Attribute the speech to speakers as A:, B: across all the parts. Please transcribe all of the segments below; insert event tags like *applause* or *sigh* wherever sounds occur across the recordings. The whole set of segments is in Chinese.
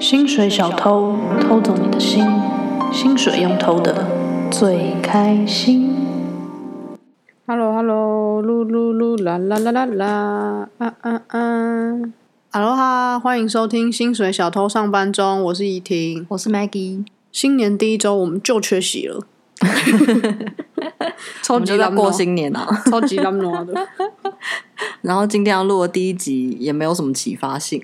A: 薪水小偷偷走你的心，薪水用偷的最开心。
B: Hello Hello，噜噜噜啦啦啦啦啦，啊啊啊！哈喽哈，欢迎收听《薪水小偷上班中》，我是怡婷。
A: 我是 Maggie，
B: 新年第一周我们就缺席了，
A: 我
B: 超
A: 们
B: 级
A: 就要
B: 烂
A: 过，新年啊。 *laughs*
B: 超级烂挪的。
A: 然后今天要录的第一集也没有什么启发性，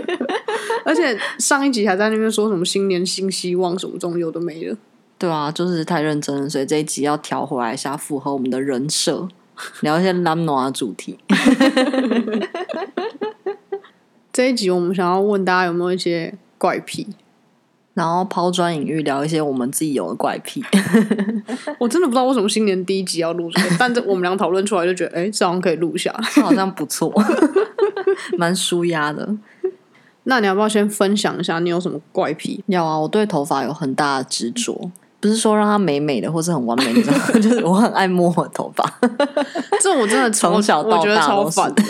A: *laughs*
B: 而且上一集还在那边说什么新年新希望什么中有的没的，
A: 对啊，就是太认真了，所以这一集要调回来一下，符合我们的人设， *laughs* 聊一些懒暖的主题。
B: 这一集我们想要问大家有没有一些怪癖？
A: 然后抛砖引玉，聊一些我们自己有的怪癖。 *laughs*
B: 我真的不知道为什么新年第一集要录这个，但这我们俩讨论出来就觉得，哎、这好像可以录下来。
A: 这好像不错， *laughs* 蛮舒压的。
B: 那你要不要先分享一下你有什么怪癖？
A: 有啊，我对头发有很大的执着，不是说让它美美的或 *laughs* 是很完美，你知道吗，就是我很爱摸我的头发。 *laughs*
B: 这我真的超
A: 从小到大
B: 我觉得超烦的，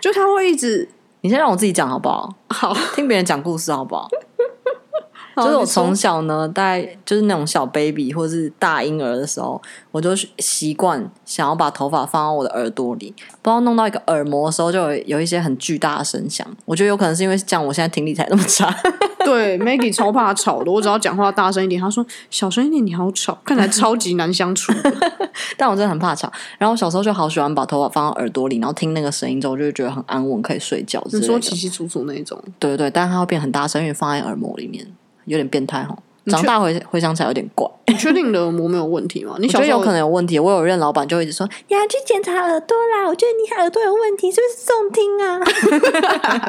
B: 就他会一直
A: 你先让我自己讲好不好？
B: 好，
A: 听别人讲故事好不好？
B: 好
A: *laughs* 就是我
B: 哦你说
A: 从小呢，大概就是那种小 baby 或是大婴儿的时候，我就习惯想要把头发放到我的耳朵里，不知道弄到一个耳膜的时候，就有有一些很巨大的声响。我觉得有可能是因为这样，我现在听力才那么差。 *laughs*
B: 对 Maggie 超怕吵的，我只要讲话大声一点，他说小声一点，你好吵，看起来超级难相处。
A: 但我真的很怕吵。然后我小时候就好喜欢把头发放到耳朵里，然后听那个声音之后，就会觉得很安稳，可以睡觉 *laughs* 之
B: 你
A: 类
B: 说
A: 的。
B: 起起楚楚那一种，
A: 对对对，但它会变很大声，因为放在耳膜里面，有点变态哈。长
B: 确
A: 大回回想起来有点怪，
B: 你确定你的耳膜没有问题吗？你
A: 我觉
B: 小
A: 得
B: 时候
A: 有可能有问题。我有任老板就一直说：“你要去检查耳朵啦，我觉得你耳朵有问题，是不是重听啊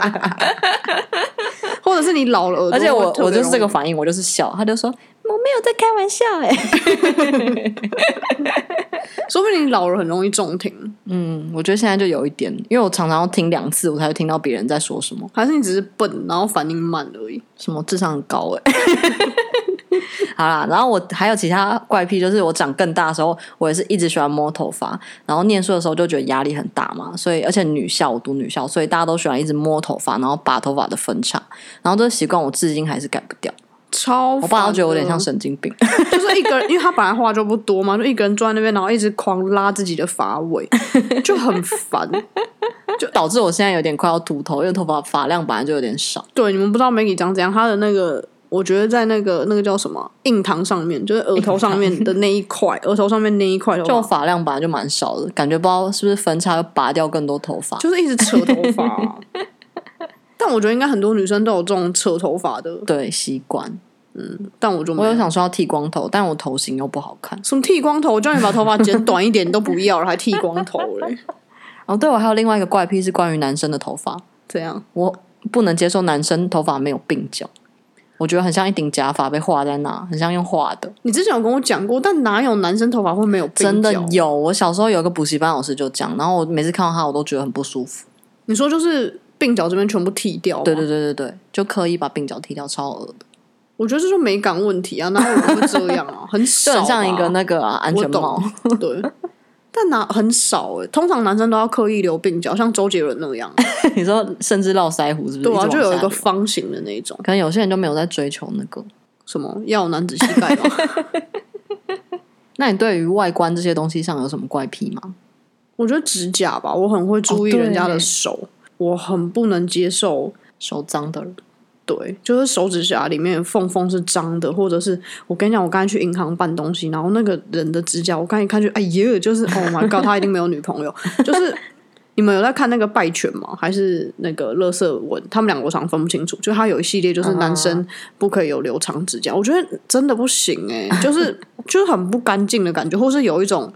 B: 或者是你老了耳？”朵
A: 而且我
B: 会特别
A: 我就是这个
B: 容易
A: 反应，我就是笑，他就说我没有在开玩笑哎、
B: 欸说不定你老了很容易中听，
A: 嗯，我觉得现在就有一点，因为我常常要听两次，我才会听到别人在说什么。
B: 还是你只是笨，然后反应慢而已。
A: 什么智商很高哎、欸。 *laughs* 好啦，然后我还有其他怪癖，就是我长更大的时候，我也是一直喜欢摸头发。然后念书的时候就觉得压力很大嘛，所以而且女校我读女校，所以大家都喜欢一直摸头发，然后拔头发的分叉。然后这个习惯我至今还是改不掉。
B: 超烦的，
A: 我
B: 我
A: 爸都觉得我有点像神经病， *laughs*
B: 就是一个人，因为他本来话就不多嘛，就 *laughs* 一个人坐在那边，然后一直狂拉自己的发 *laughs* 尾，就很烦。
A: 导致我现在有点快要秃头，因为头发发量本来就有点少。
B: 对，你们不知道 Maggie 长怎样，她的那个，我觉得在那个那个叫什么印堂上面，就是额头上面的那一块，额头上面那一块头
A: 就我
B: 发，
A: 发量本来就蛮少的，感觉不知道是不是分叉又拔掉更多头发。
B: 就是一直扯头发啊、 *laughs* 但我觉得应该很多女生都有这种扯头发的，
A: 对，习惯。
B: 但我就没
A: 我有
B: 有。
A: 想说要剃光头，但我头型又不好看。
B: 什么剃光头？我叫你把头发剪短一点，你都不要了，还剃光头嘞？
A: 哦，对，我还有另外一个怪癖是关于男生的头发，
B: 怎样？
A: 我不能接受男生头发没有鬓角，我觉得很像一顶假发被画在那，很像用画的。
B: 你之前有跟我讲过，但哪有男生头发会没 *laughs* 有鬓
A: 真的
B: 角啊
A: 有，我小时候有一个补习班老师就讲，然后我每次看到他，我都觉得很不舒服。
B: 你说就是鬓角这边全部剃掉吗？
A: 对对对对对，就刻意把鬓角剃掉，超恶的，
B: 我觉得这就是美感问题啊，哪有人会这样啊？很少
A: *laughs* 就
B: 吧，
A: 很像一个那个、啊、安
B: 我
A: 全帽 *laughs*
B: 懂。对，但哪很少哎、通常男生都要刻意留鬓角，像周杰伦那样，
A: 你说甚至络腮胡是不是？
B: 对啊，
A: 嗯直
B: 就
A: 往
B: 有一
A: 下
B: 个
A: 流
B: 方形的那一种，
A: 可能有些人就没有在追求那个。
B: 什么要有男子气概嘛。
A: 那你对于外观这些东西上有什么怪癖吗？
B: *laughs* 我觉得指甲吧，我很会注意
A: 哦对
B: 人家的手，我很不能接受。
A: 手脏的人，
B: 对，就是手指甲里面有缝缝是脏的，或者是我跟你讲，我刚才去银行办东西，然后那个人的指甲，我刚一看就，哎呀，就是 Oh my God，他一定没有女朋友。就是你们有在看那个《拜犬》吗？还是那个《乐色文》？他们两个我常分不清楚。就他有一系列，就是男生不可以有留长指甲，我觉得真的不行哎、就是就是很不干净的感觉，或是有一种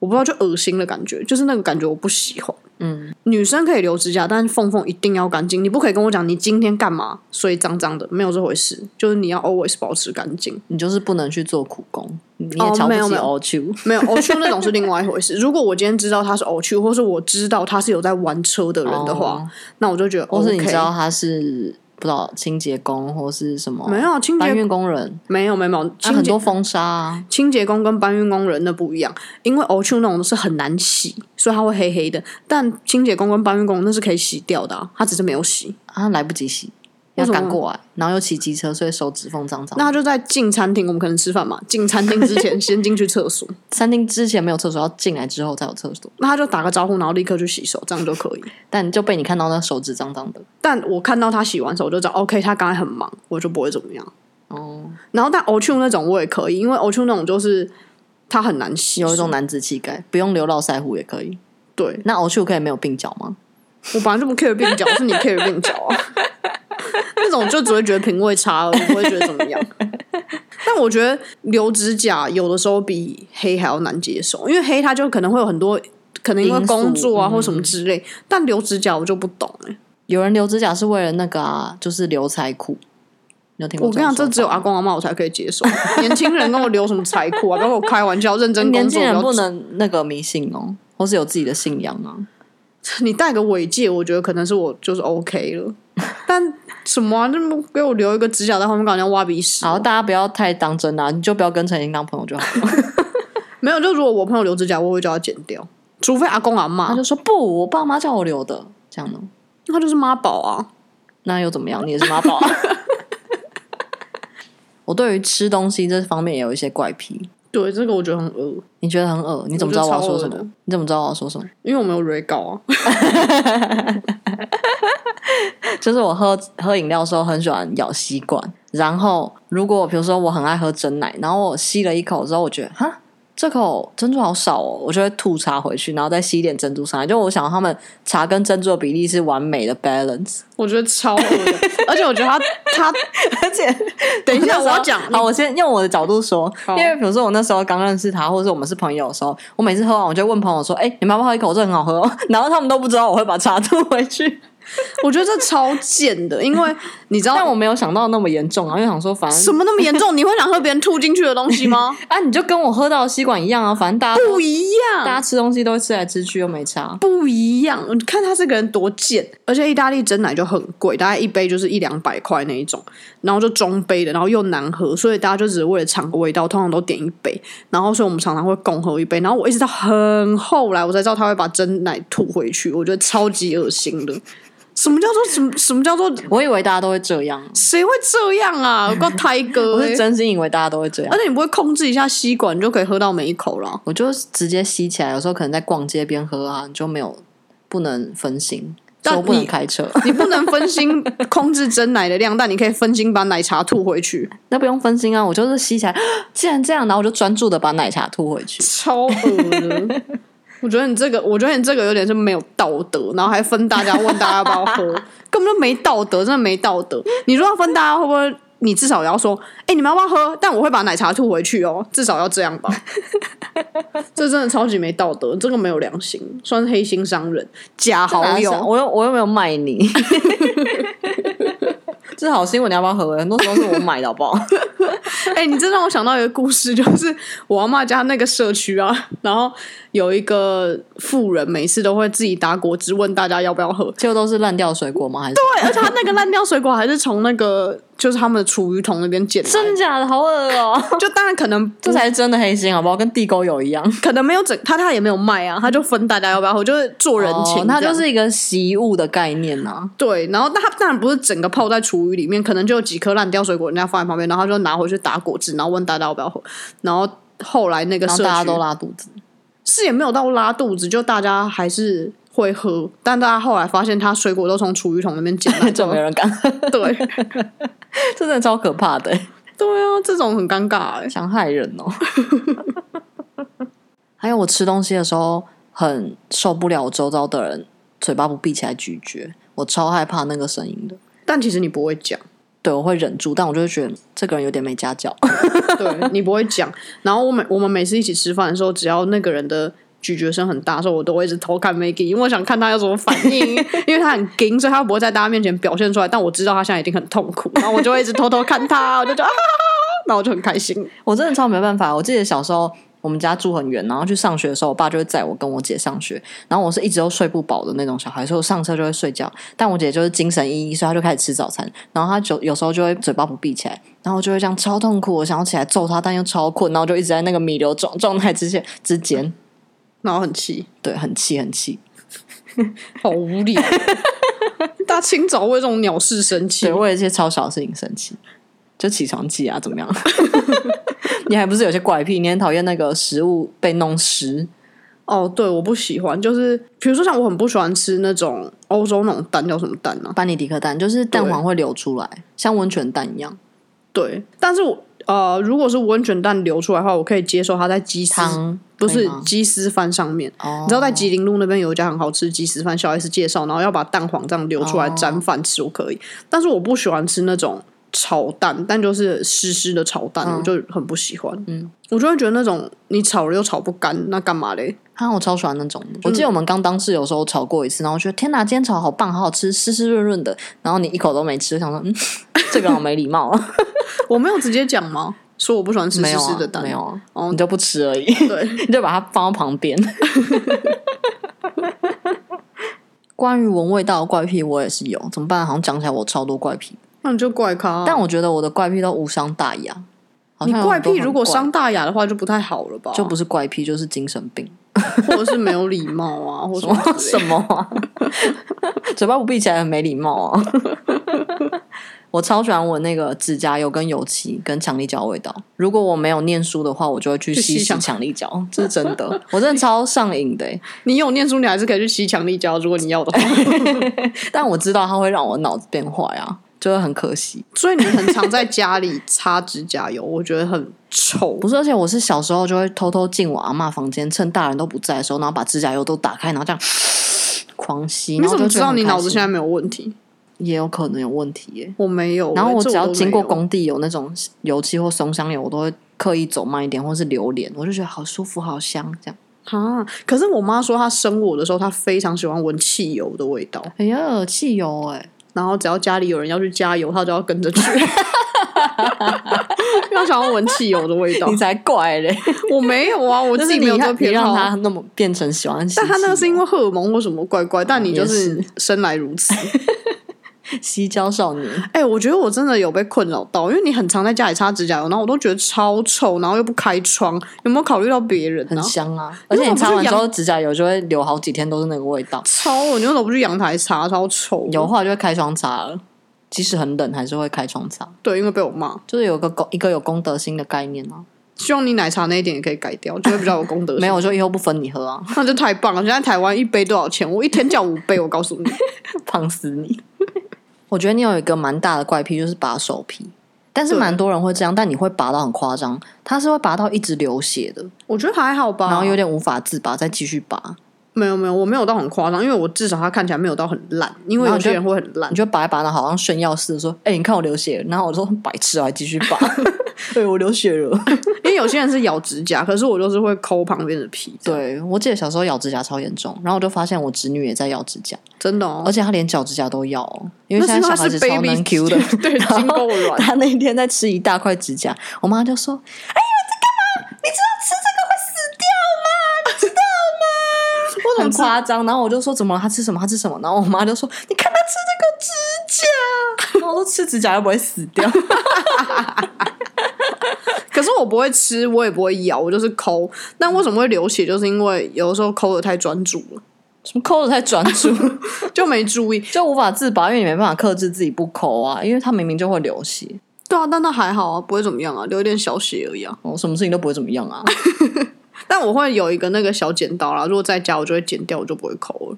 B: 我不知道就恶心的感觉，就是那个感觉我不喜欢。
A: 嗯，
B: 女生可以留指甲，但是缝缝一定要干净。你不可以跟我讲你今天干嘛，所以脏脏的，没有这回事。就是你要 always 保持干净。
A: 你就是不能去做苦工，你也
B: 哦
A: 瞧不
B: 没有
A: 起
B: 没有
A: O 区。
B: 没 *laughs* 有偶像那种是另外一回事。如果我今天知道他是偶像，或是我知道他是有在玩车的人的话，
A: 哦
B: 那我就觉得 OK。
A: 或是你知道他是不知道清洁工或是什么
B: 没有清洁
A: 搬运工人，
B: 没有没有没有
A: 他、
B: 清洁、
A: 很多风沙、啊，
B: 清洁工跟搬运工人那不一样，因为偶像那种是很难洗，所以它会黑黑的。但清洁工跟搬运工那是可以洗掉的、啊，他只是没有洗。
A: 他来不及洗，要
B: 为什么
A: 赶过来，然后又骑机车，所以手指缝脏脏。
B: 那他就在进餐厅，我们可能吃饭嘛，进餐厅之 *laughs* 前先进去厕所，
A: 餐厅之前没有厕所，要进来之后才有厕所，
B: 那他就打个招呼，然后立刻去洗手，这样就可以。 *laughs*
A: 但就被你看到那手指脏脏的。
B: 但我看到他洗完手，我就知道 OK，他刚才很忙，我就不会怎么样。
A: 哦，
B: 然后但 o c h u 那种我也可以，因为 o c h u 那种就是他很难洗，
A: 有一种男子气概，不用留络腮胡也可以。
B: 对
A: 那偶趣可以没有鬓角吗？
B: 我本来就不 care 鬓角，是你 care 鬓角
A: *laughs*
B: 啊。那种就只会觉得品味差，我不会觉得怎么样。但我觉得留指甲有的时候比黑还要难接受，因为黑它就可能会有很多，可能因为
A: 因素
B: 工作啊
A: 嗯
B: 或什么之类。但留指甲我就不懂哎、
A: 有人留指甲是为了那个啊，就是留财库。你有听过？
B: 我跟你讲，这只有阿。公阿妈我才可以接受， *laughs* 年轻人跟我留什么财库啊？不要跟我开玩笑，认真
A: *laughs* 年
B: 工
A: 轻
B: 作
A: 人不
B: 要
A: 能那个迷信哦，或是有自己的信仰啊。
B: *laughs* 你戴个尾戒，我觉得可能是我就是 OK
A: *laughs*
B: 了。但什么啊？那么给我留一个指甲在后面，搞人家挖鼻屎。
A: 好，大家不要太当真啊，你就不要跟陈英当朋友就好了。
B: 没有，就如果我朋友留指甲，我会叫他剪掉，除非阿公阿妈
A: 他，就说不，我爸妈叫我留的，这样呢？
B: 他就是妈宝啊。
A: 那又怎么样？你也是妈宝、啊。 *laughs* 我对于吃东西这方面也有一些怪癖，
B: 对，这个我觉得很恶，
A: 你觉得很恶？你怎么知道我要说
B: 我觉
A: 什
B: 得超恶
A: 么？你怎么知道我要说什么？
B: 因为我没有 re 稿啊。 *laughs*
A: 就是我喝喝饮料的时候很喜欢咬吸管，然后如果比如说我很爱喝真奶，然后我吸了一口之后，我觉得哈。这口珍珠好少哦，我就会吐茶回去，然后再吸一点珍珠上来。就我想他们茶跟珍珠的比例是完美的 balance，
B: 我觉得超恶
A: *laughs*
B: 的，而且我觉得他他
A: 而且
B: 等一下
A: 那时候
B: 我要讲
A: 好，我先用我的角度说，
B: 好
A: 因为比如说我那时候刚认识他，或者是我们是朋友的时候，我每次喝完我就问朋友说：“哎、你们要不要喝一口？这很好喝哦。” *laughs* 然后他们都不知道我会把茶吐回去，
B: 我觉得这超贱的，因为你知
A: *laughs* 但
B: 道
A: 我没有想到那么严重啊，因为想说反正
B: 什么那么严重？你会想 *laughs* 喝别人吐进去的东西吗？
A: 啊，你就跟我喝到的吸管一样啊，反正大家
B: 不一样，
A: 大家吃东西都会吃来吃去，又没差。
B: 不一样。你看他这个人多贱，而且意大利真奶就很贵，大概一杯就是一两百块那一种，然后就中杯的，然后又难喝，所以大家就只是为了尝个味道，通常都点一杯。然后所以我们常常会共喝一杯。然后我一直到很后来我才知道他会把真奶吐回去，我觉得超级恶心的。什么叫做什么？什么叫做
A: 我以为大家都会这样，
B: 谁会这样啊？我胎哥、
A: 我
B: 欸，
A: 是真心以为大家都会这样
B: 而。且你不会控制一下吸管，你就可以喝到每一口了。
A: 我就直接吸起来，有时候可能在逛街边喝啊，你就没有不能分心，
B: 但
A: 所以我不能
B: 你
A: 开车，
B: *laughs* 你不能分心控制真奶的量，但你可以分心把奶茶吐回去。
A: 那不用分心啊。我就是吸起来， *gasps* 既然这样，然后我就专注的把奶茶吐回去。
B: 超恶的。 *laughs* 我觉得你这个，我觉得你这个有点是没有道德，然后还分大家问大家要不要 *laughs* 喝，根本就没道德，真的没道德。你如果要分大家会不会，你至少也要说，哎、你们要不要喝？但我会把奶茶吐回去哦，至少要这样 *laughs* 吧。这真的超级没道德，这个没有良心，算是黑心商人，假好
A: 哪啊是
B: 友。
A: 我又我又没有卖你。 *laughs* 这是好新闻，你要不要喝？很多时候是我买的，好不 *laughs* 好？
B: *laughs* 哎、你这让我想到一个故事，就是我阿妈家那个社区啊，然后有一个富人，每次都会自己打果汁问大家要不要喝，
A: 结果都是烂掉的水果吗？还是
B: 对，而且他那个烂掉水果还是从那个就是他们的厨余桶那边捡来
A: 真的假的？好恶哦！
B: 就当然可能
A: *laughs* 这才是真的黑心，好不好？跟地沟油一样。
B: 可能没有整，他他也没有卖啊，他就分大家要不要喝，就是做人情这样、
A: 哦它就是一个习物的概念啊。
B: 对。然后但他当然不是整个泡在厨余里面，可能就有几颗烂掉水果，人家放在旁边，然后他就拿回去打果汁，然后问大家要不要喝。然后后来那个
A: 然
B: 社
A: 后
B: 区
A: 大家都拉肚子，
B: 是也没有到拉肚子，就大家还是会喝，但大家后来发现他水果都从厨余桶那边捡
A: *laughs*
B: 来，
A: 就没人敢喝，
B: *laughs* 对
A: 这真的超可怕的，欸
B: 对啊，这种很尴尬哎、
A: 想害人哦。 *laughs* 还有我吃东西的时候很受不了我周遭的人嘴巴不闭起来咀嚼，我超害怕那个声音的。
B: 但其实你不会讲。
A: 对，我会忍住，但我就会觉得这个人有点没家教。
B: 对你不会讲。然后我每我们每次一起吃饭的时候，只要那个人的咀嚼声很大的时候，我都会一直偷看 Maggie，因为我想看他有什么反应，因为他很硬，所以他不会在大家面前表现出来。但我知道他现在一定很痛苦，然后我就会一直偷偷看他，我就觉得啊，那我就很开心。
A: 我真的超没办法。我记得小时候我们家住很远，然后去上学的时候，我爸就会载我跟我姐上学。然后我是一直都睡不饱的那种小孩，所以我上车就会睡觉。但我姐就是精神奕奕，所以她就开始吃早餐。然后她就有时候就会嘴巴不闭起来，然后我就会这样超痛苦。我想要起来揍她，但又超困，然后就一直在那个弥留状状态之间之间，
B: 然后很气，
A: 对，很气很气。
B: 好无聊。大大清早为这种鸟事生气
A: 对，，为了一些超小的事情生气，就起床气啊，怎么样？ *laughs* 你还不是有些怪癖？你很讨厌那个食物被弄湿，
B: 哦，对，我不喜欢，就是比如说像我很不喜欢吃那种欧洲那种蛋，叫什么蛋啊呢、
A: 班尼迪克蛋就是蛋黄会流出来，像温泉蛋一样。
B: 对，但是我呃，如果是温泉蛋流出来的话，我可以接受它在鸡丝
A: 汤
B: 不
A: 可以
B: 是
A: 吗
B: 鸡丝饭上面。
A: 哦
B: 你知道在吉林路那边有一家很好吃的鸡丝饭，小 S 介绍，然后要把蛋黄这样流出来
A: 哦
B: 沾饭吃，我可以。但是我不喜欢吃那种炒蛋，但就是湿湿的炒蛋，我就很不喜欢。
A: 嗯，
B: 我就会觉得那种你炒了又炒不干，那干嘛嘞？ *laughs*
A: 啊，我超喜欢那种的。我记得我们刚当室友的时候炒过一次，然后我觉得天哪，今天炒好棒，好好吃，湿湿润润的。然后你一口都没吃，我想说，嗯， *laughs* 这个好没礼貌啊，
B: 我没有直接讲吗？说我不喜欢吃
A: *laughs* 没
B: 湿
A: 有
B: 湿
A: 啊
B: 的蛋，
A: 没有啊，
B: 哦
A: 你就不吃而已，
B: 对，
A: *laughs* 你就把它放到旁边。 *laughs* 关于闻味道的怪癖，我也是有，怎么办？好像讲起来我超多怪癖，
B: 那你就怪咖啊、
A: 但我觉得我的怪癖都无伤大雅。好
B: 你
A: 像有
B: 怪
A: 很多
B: 癖
A: 很
B: 如果
A: 嗯怪
B: 伤大雅的话，就不太好了吧？
A: 就不是怪癖，就是精神病。
B: *laughs* 或者是没有礼貌啊，或者
A: *laughs* 什
B: 什么
A: 么
B: 之类
A: 什
B: 的
A: 么啊？嘴巴不闭起来很没礼貌啊！
B: *laughs*
A: 我超喜欢闻那个指甲油、跟油漆、跟强力胶味道。如果我没有念书的话，我就会去
B: 去
A: 吸
B: 吸
A: 吸
B: 强
A: 强力胶，这是真的。我真的超上瘾的欸、
B: 你有念书，你还是可以去吸强力胶，如果你要的
A: *laughs*
B: 话。
A: 但我知道它会让我脑子变坏啊，就会很可惜。
B: 所以你很常在家里擦指甲油，我觉得很臭。
A: *laughs* 不是，而且我是小时候就会偷偷进我阿嬷房间，趁大人都不在的时候，然后把指甲油都打开，然后这样 *sniffs* 狂吸。
B: 你
A: 然后
B: 怎么
A: 就
B: 知
A: 觉得
B: 道
A: 很
B: 你
A: 开
B: 脑子
A: 心
B: 现在没有问题？
A: 也有可能有问题耶、
B: 我没有欸、
A: 然后我
B: 这
A: 只要经过
B: 都没有，
A: 工地有那种油漆或松香油，我都会刻意走慢一点，或是榴莲，我就觉得好舒服、好香这样。
B: 啊，可是我妈说她生我的时候，她非常喜欢闻汽油的味道，
A: 哎呀，汽油哎、
B: 然后只要家里有人要去加油，她就要跟着
A: *laughs*
B: 去。要想要闻汽油的味道
A: *laughs* 你，才怪嘞！
B: 我没有啊，我 *laughs*
A: 就
B: 自己
A: 是你
B: 没有这个
A: 让你
B: 偏
A: 让
B: 好啊。
A: 他那么变成喜欢吸汽油，
B: 但她那个是因为荷尔蒙或什么怪怪，但你就
A: 啊也
B: 是生来如
A: *laughs*
B: 此。
A: 吸胶少年，
B: 哎、我觉得我真的有被困扰到，因为你很常在家里擦指甲油，然后我都觉得超臭，然后又不开窗，有没有考虑到别人呢、
A: 很香啊！
B: 那
A: 而
B: 种
A: 且你擦
B: 不
A: 完
B: 是
A: 之
B: 洋
A: 后，指甲油就会留好几天都是那个味道，
B: 超恶，你为什么不去阳台擦？超臭的。
A: 有的话就会开窗擦了。即使很冷，还是会开窗擦，
B: 对，因为被我骂。
A: 就是有个公一个有公德心的概念啊。
B: 希望你奶茶那一点也可以改掉，就会比较有公德心。
A: *laughs* 没有，我就以后不分你喝啊，
B: 那就太棒了！现在台湾一杯多少钱？我一天叫五杯，我告
A: *laughs*
B: 诉你。
A: 胖死你！ *laughs* 我觉得你有一个蛮大的怪癖，就是拔手皮，但是
B: 对
A: 蛮多人会这样，但你会拔到很夸张，他是会拔到一直流血的，
B: 我觉得还好吧。
A: 然后有点无法自拔，再继续拔，
B: 没有没有，我没有到很夸张，因为我至少它看起来没有到很烂，因为
A: 然后
B: 有
A: 你就
B: 些人会很
A: *laughs*
B: 烂
A: 你。就拔一拔的，好像炫耀似的说：“哎、你看我流血了。”然后我就说：“白痴啊，还继续
B: *laughs*
A: 拔，对我流血了。
B: 因为有些人是咬指甲，可是我就是会抠旁边的皮。”，
A: 对，我记得小时候咬指甲超严重，然后我就发现我侄女也在咬指甲，
B: 真的哦
A: 而。且她连脚指甲都咬、哦，因为
B: 那
A: 现
B: 是
A: 在
B: 因为
A: 小
B: 它
A: 孩
B: 是
A: 子
B: baby，
A: 超能 Q 的
B: *laughs*
A: *laughs*
B: 对，
A: 然后
B: 筋够软。
A: 他那天在吃一大块指甲，我妈就说：“ *laughs* 哎呦，你在干嘛？你知道吃这个会死掉吗？你知道吗？”很夸张。然后我就说：“怎么了？他吃什么？他吃什么？”然后我妈就说：“你看他吃这个指甲。” *laughs* 然后我说：“吃指甲又不会死掉。
B: 可是我不会吃，我也不会咬，我就是抠。但为什么会流血？就是因为有的时候抠的太专注了，”
A: *laughs* 什么抠的太专注，
B: 就没注意。
A: 就无法自拔，因为你没办法克制自己不抠啊，因为他明明就会流血，
B: 对啊，但那还好啊，不会怎么样啊，流一点小血而已啊。
A: 哦我什么事情都不会怎么样 *laughs* 啊。
B: 但我会有一个那个小剪刀啦，如果在家我就会剪掉，我就不会抠了。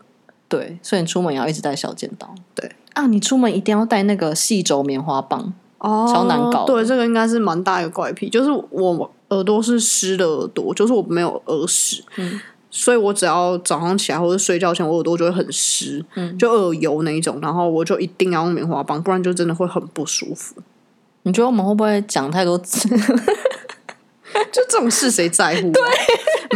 A: 对，所以你出门也要一直带小剪刀。
B: 对
A: 啊，你出门一定要带那个细轴棉花棒。
B: 哦
A: 超难搞的
B: 对，这个应该是蛮大一个怪癖，就是我耳朵是湿的耳朵，就是我没有耳屎，
A: 嗯
B: 所以我只要早上起来或者睡觉前，我耳朵就会很湿，
A: 嗯
B: 就耳油那一种，然后我就一定要用棉花棒，不然就真的会很不舒服。
A: 你觉得我们会不会讲太多字？
B: 就这种事谁在
A: *laughs*
B: 乎、啊？对，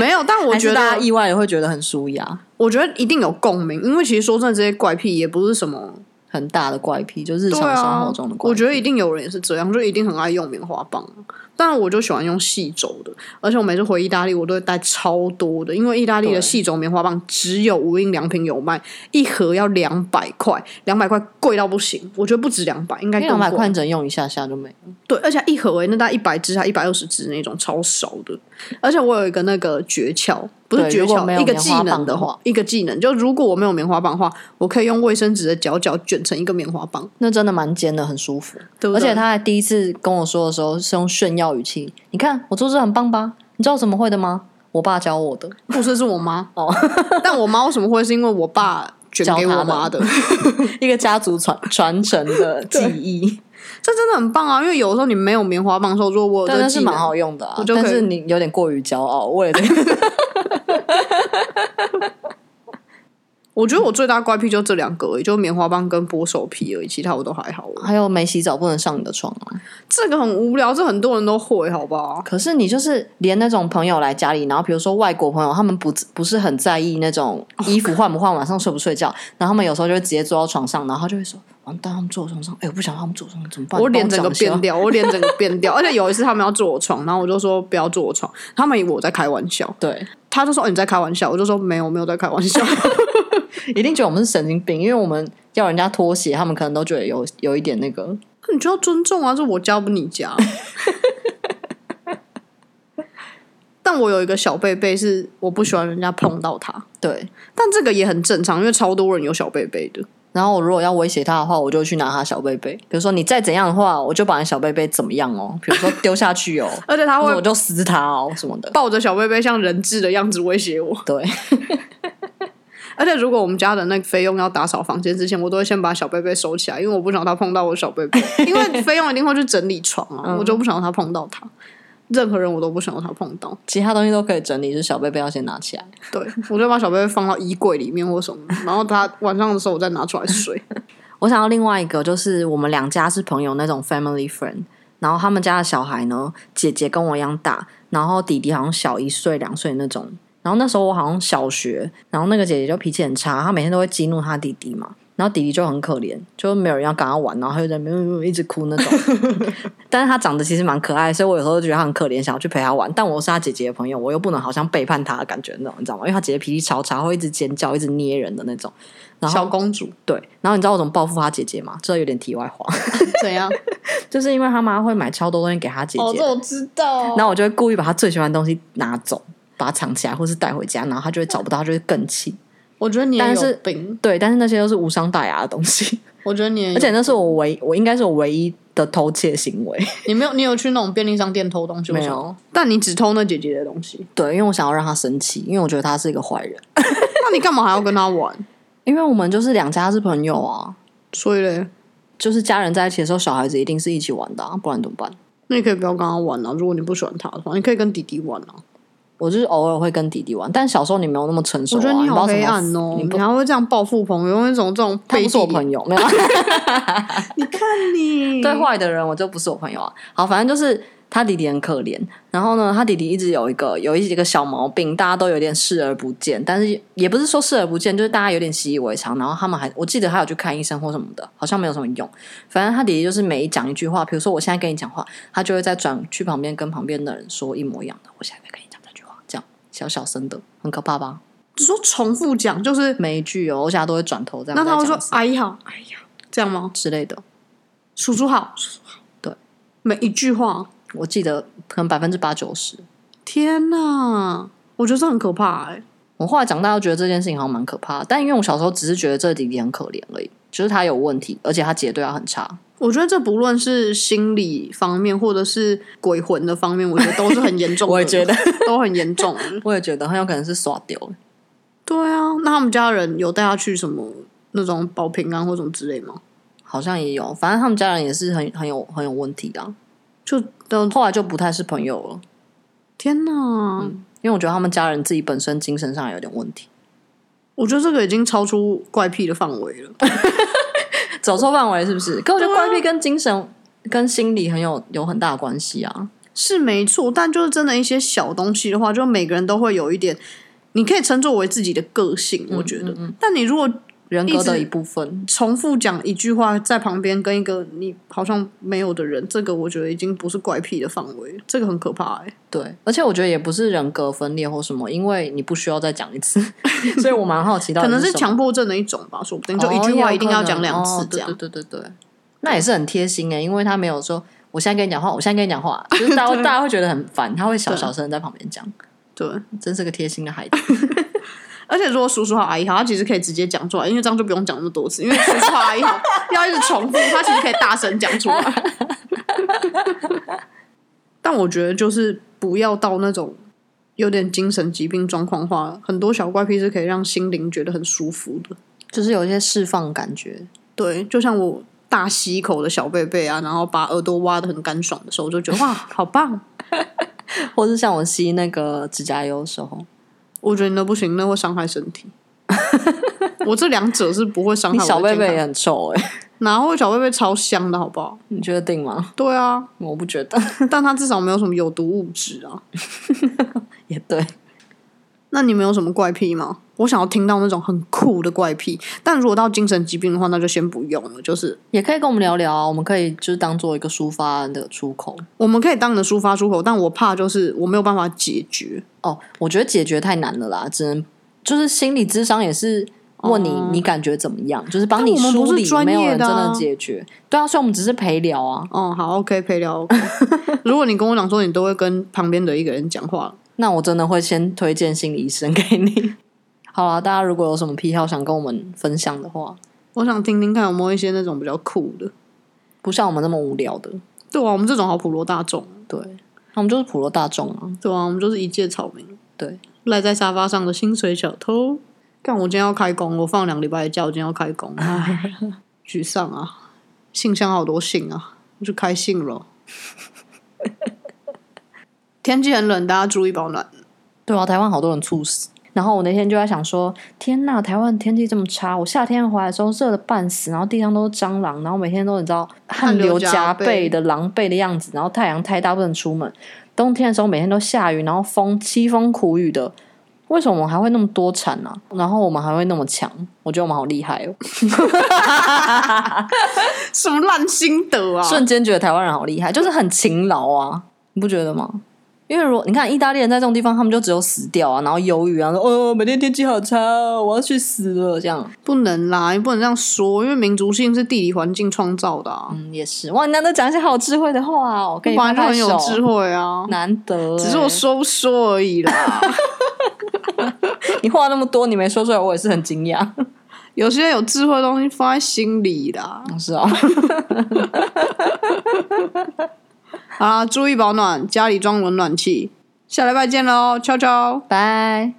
B: 没有。但我
A: 还是
B: 觉
A: 大家
B: 得，
A: 意外的会觉得很舒压，
B: 我觉得一定有共鸣，因为其实说真的，这些怪癖也不是什么
A: 很大的怪癖，就日
B: 对
A: 常生
B: 啊
A: 活中的。怪
B: 我
A: 癖。
B: 觉得一定有人也是这样，就一定很爱用棉花棒。啊但我就喜欢用细轴的，而且我每次回意大利，我都会带超多的，因为意大利的
A: 对
B: 细轴棉花棒只有无印良品有卖，一盒要两百块，两百块贵到不行，我觉得不止两百，应该
A: 因为两百
B: 更贵
A: 块你只能用一下下就没了。
B: 对，而且一盒欸诶，那大概一百支啊还一百二十支那种，超少的。而且我有一个那个诀窍，不是
A: 对
B: 诀
A: 如果没
B: 窍，
A: 有
B: 一个
A: 棉
B: 技
A: 花
B: 能
A: 棒
B: 的
A: 的
B: 话
A: 话，
B: 一个技能，就如果我没有棉花棒的话，我可以用卫生纸的角角卷成一个棉花棒，
A: 那真的蛮尖的，很舒服。
B: 对啊不
A: 而
B: 对？
A: 且他还第一次跟我说的时候是用炫耀语气，你看我做这很棒吧？你知道我怎么会的吗？我爸教
B: *laughs*
A: 我的。
B: 不是是我妈
A: 哦，
B: *laughs* 但我妈为什么会是因为我爸卷给我妈的？
A: 一个家族传传承的记忆，
B: 这真的很棒啊！因为有的时候你没有棉花棒的时候，如果我有
A: 但
B: 这
A: 那
B: 个
A: 是
B: 技
A: 蛮
B: 能，
A: 好用的啊
B: 我。就可以
A: 但是你有点过于骄傲，
B: *laughs*
A: 为了
B: 我觉得我最大怪癖就这两个而已，就棉花棒跟剥手皮而已，其他我都还好。
A: 还有没洗澡不能上你的床啊。
B: 这个很无聊，这很多人都会，好不好？
A: 可是你就是连那种朋友来家里，然后比如说外国朋友，他们不不是很在意那种
B: 哦
A: 衣服换不换，晚上睡不睡觉，然后他们有时候就会直接坐到床上，然后就会说：“完蛋，他们坐我床上，哎，我不想让他们坐我床上，怎么办？”
B: 我
A: 你帮
B: 脸整个
A: 讲一下
B: 变掉，我脸整个变
A: *laughs*
B: 掉。而且有一次他们要坐我床，然后我就说不要坐我床，他们以为我在开玩笑，
A: 对，
B: 他就说、哦、你在开玩笑，我就说没有我没有在开玩笑。
A: 一定觉得我们是神经病，因为我们要人家脱鞋，他们可能都觉得有有一点那个。
B: 你就要尊重啊，这我家不你家。但我有一个小贝贝，是我不喜欢人家碰到他，
A: 对，
B: 但这个也很正常，因为超多人有小贝贝的。
A: 然后我如果要威胁他的话，我就去拿他小贝贝，比如说你再怎样的话，我就把你小贝贝怎么样哦，比如说丢下去哦，
B: 而且 *laughs* 他
A: 或者我
B: 会
A: 就撕他哦什么的。
B: 抱着小贝贝像人质的样子威胁我。
A: 对，
B: 而且如果我们家的那个菲佣要打扫房间之前，我都会先把小贝贝收起来，因为我不想他碰到我小贝贝。因为菲佣一定会去整理床啊，我就不想让他碰到他。任何人我都不想让他碰到，
A: 其他东西都可以整理，就是小贝贝要先拿起来。
B: 对我就把小贝贝放到衣柜里面或什么，然后他晚上的时候我再拿出来睡。
A: 我想要另外一个，就是我们两家是朋友那种 family friend，然后他们家的小孩呢，姐姐跟我一样大，然后弟弟好像小一岁两岁那种。然后那时候我好像小学，然后那个姐姐就脾气很差，她每天都会激怒她弟弟嘛，然后弟弟就很可怜，就没有人要跟他玩，然后他就在那边嗯一直哭那种。但是他长得其实蛮可爱，所以我有时候觉得他很可怜，想要去陪他玩。但我是他姐姐的朋友，我又不能好像背叛他的感觉那种，你知道吗？因为他姐姐脾气超差，会一直尖叫，一直捏人的那种。 *laughs* 然后
B: 小公
A: *laughs*
B: 主
A: 对，然后你知道我怎么报复他姐姐吗？这有点题外话， *laughs*
B: 怎样？
A: 就是因为他妈会买超多东西给他姐
B: 哦，
A: 姐
B: 这，我知道。
A: 然后我就会故意把他最喜欢的东西拿走，把它藏起来，或是带回家，然后他就会找不到，他就会更气。
B: 我觉得你也
A: 但
B: 有
A: 是
B: 病，
A: 对，但是那些都是无伤大雅的东西，
B: 我觉得你也有
A: 而且那是我唯我应该是我唯一的偷窃行为， *laughs*
B: 你没有你有去那种便利商店偷东西
A: 没
B: 或什么，
A: 有。
B: 但你只偷那姐姐的东
A: *laughs*
B: 西，
A: 对，因为我想要让他生气，因为我觉得他是一个坏人。
B: 那你干嘛还要跟他玩？
A: 因为我们就是两家是朋友啊，
B: 所以嘞，
A: 就是家人在一起的时候，小孩子一定是一起玩的、啊，不然怎么办？
B: 那你可以不要跟他玩啊。如果你不喜欢他的话，你可以跟弟弟玩啊。
A: 我就是偶尔会跟弟弟玩，但小时候你没有那么成熟、啊，
B: 我觉得
A: 你
B: 好
A: 不知
B: 黑
A: 道怎么
B: 暗哦，
A: 你
B: 你
A: 不
B: 还会这样报复朋友，用一种这种
A: 他
B: 背
A: 不是
B: 地
A: 我
B: 里
A: 朋友，没有。啊
B: 你
A: 对坏的人，我就不是我朋友啊。好，反正就是他弟弟很可怜。然后呢，他弟弟一直有一个有一个小毛病，大家都有点视而不见，但是也不是说视而不见，就是大家有点习以为常。然后他们还，我记得他有去看医生或什么的，好像没有什么用。反正他弟弟就是每讲一句话，比如说我现在跟你讲话，他就会再转去旁边跟旁边的人说一模一样的，我现在在跟你讲这句话，这样小小声的，很可怕吧？
B: 只说重复讲，就是
A: 每一句哦，我现在都会转头这样
B: 那
A: 再
B: 他
A: 讲一
B: 会
A: 次。
B: 说“哎呀，哎呀”这样吗？
A: 之类的，
B: 叔叔好，叔叔好，
A: 对，
B: 每一句话，
A: 我记得可能百分之八九十。
B: 天哪，我觉得这很可怕哎、
A: 我后来长大又觉得这件事情好像蛮可怕的，但因为我小时候只是觉得这个弟弟很可怜而已，就是他有问题，而且他姐对他很差。
B: 我觉得这不论是心理方面，或者是鬼魂的方面，我觉得都是很严重的，
A: *laughs* 我也觉得
B: *laughs* 都很严重。
A: 我也觉得很有可能是耍丢了，
B: 对啊，那他们家人有带他去什么那种保平安或什么之类吗？
A: 好像也有，反正他们家人也是很很有很有问题啊。
B: 就都
A: 后来就不太是朋友了，
B: 天哪、
A: 因为我觉得他们家人自己本身精神上有点问题，
B: 我觉得这个已经超出怪癖的范围了。
A: 走错范围是不是？可我觉得
B: 啊
A: 怪癖跟精神跟心理很有有很大的关系啊。
B: 是没错，但就是真的一些小东西的话，就每个人都会有一点，你可以称作为自己的个性，我觉得。
A: 嗯
B: 但你如果
A: 人格的
B: 一直
A: 一部分，
B: 重复讲一句话在旁边跟一个你好像没有的人，这个我觉得已经不是怪癖的范围，这个很可怕哎、
A: 对，而且我觉得也不是人格分裂或什么，因为你不需要再讲一次， *laughs* 所以我蛮好奇到底
B: 可能是
A: 什么
B: 强迫症的一种吧，说不定就
A: 哦
B: 一句
A: 也
B: 话
A: 有
B: 一定
A: 可
B: 要
A: 能
B: 讲两
A: 哦
B: 次这样。
A: 欸对对对对对那也是很贴心哎、因为他没有说我现在跟你讲话，我现在跟你讲话，
B: *laughs*
A: 就是大家
B: 对
A: 大家会觉得很烦，他会小小声地在旁边讲，
B: 对，
A: 真是个贴心的孩子。 *laughs*
B: 而且如果叔叔好阿姨好，他其实可以直接讲出来，因为这样就不用讲那么多次。因为叔叔好阿姨好要一直重复，他其实可以大声讲出来。
A: *laughs*
B: 但我觉得就是不要到那种有点精神疾病状况化，很多小怪癖是可以让心灵觉得很舒服的。
A: 就是有一些释放感觉，
B: 对，就像我大吸一口的小贝贝啊，然后把耳朵挖的很干爽的时候，我就觉得哇，好棒！
A: 或是像我吸那个指甲油的时候，
B: 我觉得你那不行，那会伤害身
A: *laughs*
B: 体。我这两者是不会伤害
A: 你
B: 我的
A: 小贝
B: 健
A: 贝
B: 康
A: 也很臭哎、
B: 哪会小贝贝超香的好不好？
A: *laughs* 你确定吗？ *laughs*
B: 对啊，
A: 我不觉得， *laughs*
B: 但它至少没有什么有毒物质啊。
A: 也对，
B: 那你们有什么怪癖吗？我想要听到那种很酷的怪癖，但如果到精神疾病的话，那就先不用了。就是
A: 也可以跟我们聊聊啊，我们可以就是当做一个抒发的出口。
B: 我们可以当你的抒发出口，但我怕就是我没有办法解决。
A: 哦，我觉得解决太难了啦，只能就是心理智商也是问你、
B: 哦
A: 你感觉怎么样，就是帮你
B: 但我们
A: 梳
B: 不
A: 理
B: 是，专
A: 没有
B: 业
A: 人
B: 的
A: 真
B: 啊
A: 的解决。对啊，所以我们只是陪聊啊。
B: 哦，好，OK，陪聊 OK。如 *laughs* 果你跟我讲说你都会跟旁边的一个人讲话，
A: 那我真的会先推荐心理医生给你。 *laughs* 好啦，大家如果有什么癖好想跟我们分享的话，
B: 我想听听看有没有一些那种比较酷的。
A: 不像我们那么无聊的，
B: 对啊，我们这种好普罗大众。啊
A: 对，那我们就是普罗大众啊。
B: 对啊，我们就是一介草民。
A: 对，
B: 赖在沙发上的薪水小偷。干，我今天要开工，我放两个礼拜的假，我今天要开工，唉，沮丧啊！信箱好多信啊，我去开信了。天气很冷，大家注意保暖。
A: 对啊，台湾好多人猝死。然后我那天就在想说，天呐，台湾天气这么差，我夏天回来的时候热的半死，然后地上都是蟑螂，然后每天都你知道汗流浃背的狼狈的样子，然后太阳太大不能出门。冬天的时候每天都下雨，然后风凄风苦雨的，为什么我们还会那么多产呢、啊？然后我们还会那么强？我觉得我们好厉害哦，
B: 什么烂心得啊！
A: 瞬间觉得台湾人好厉害，就是很勤劳啊，你不觉得吗？因为如果你看意大利人在这种地方，他们就只有死掉啊，然后忧郁啊，说哦，每天天气好差哦，我要去死了这样。
B: 不能啦，你不能这样说，因为民族性是地理环境创造的啊，
A: 嗯，也是哇，你难得讲一些好有智慧的话哦，我跟你
B: 本来
A: 拍
B: 就
A: 拍
B: 很有
A: 手，
B: 智慧啊。
A: 难得欸、
B: 只是我说不说而已啦。
A: 你话那么多，你没说出来，我也是很惊
B: *laughs*
A: 讶。
B: 有些有智慧的东西放在心里啦。
A: 是啊，
B: 好啦，注意保暖，家里装冷暖气。下礼拜见喽，悄悄。
A: *laughs* 拜。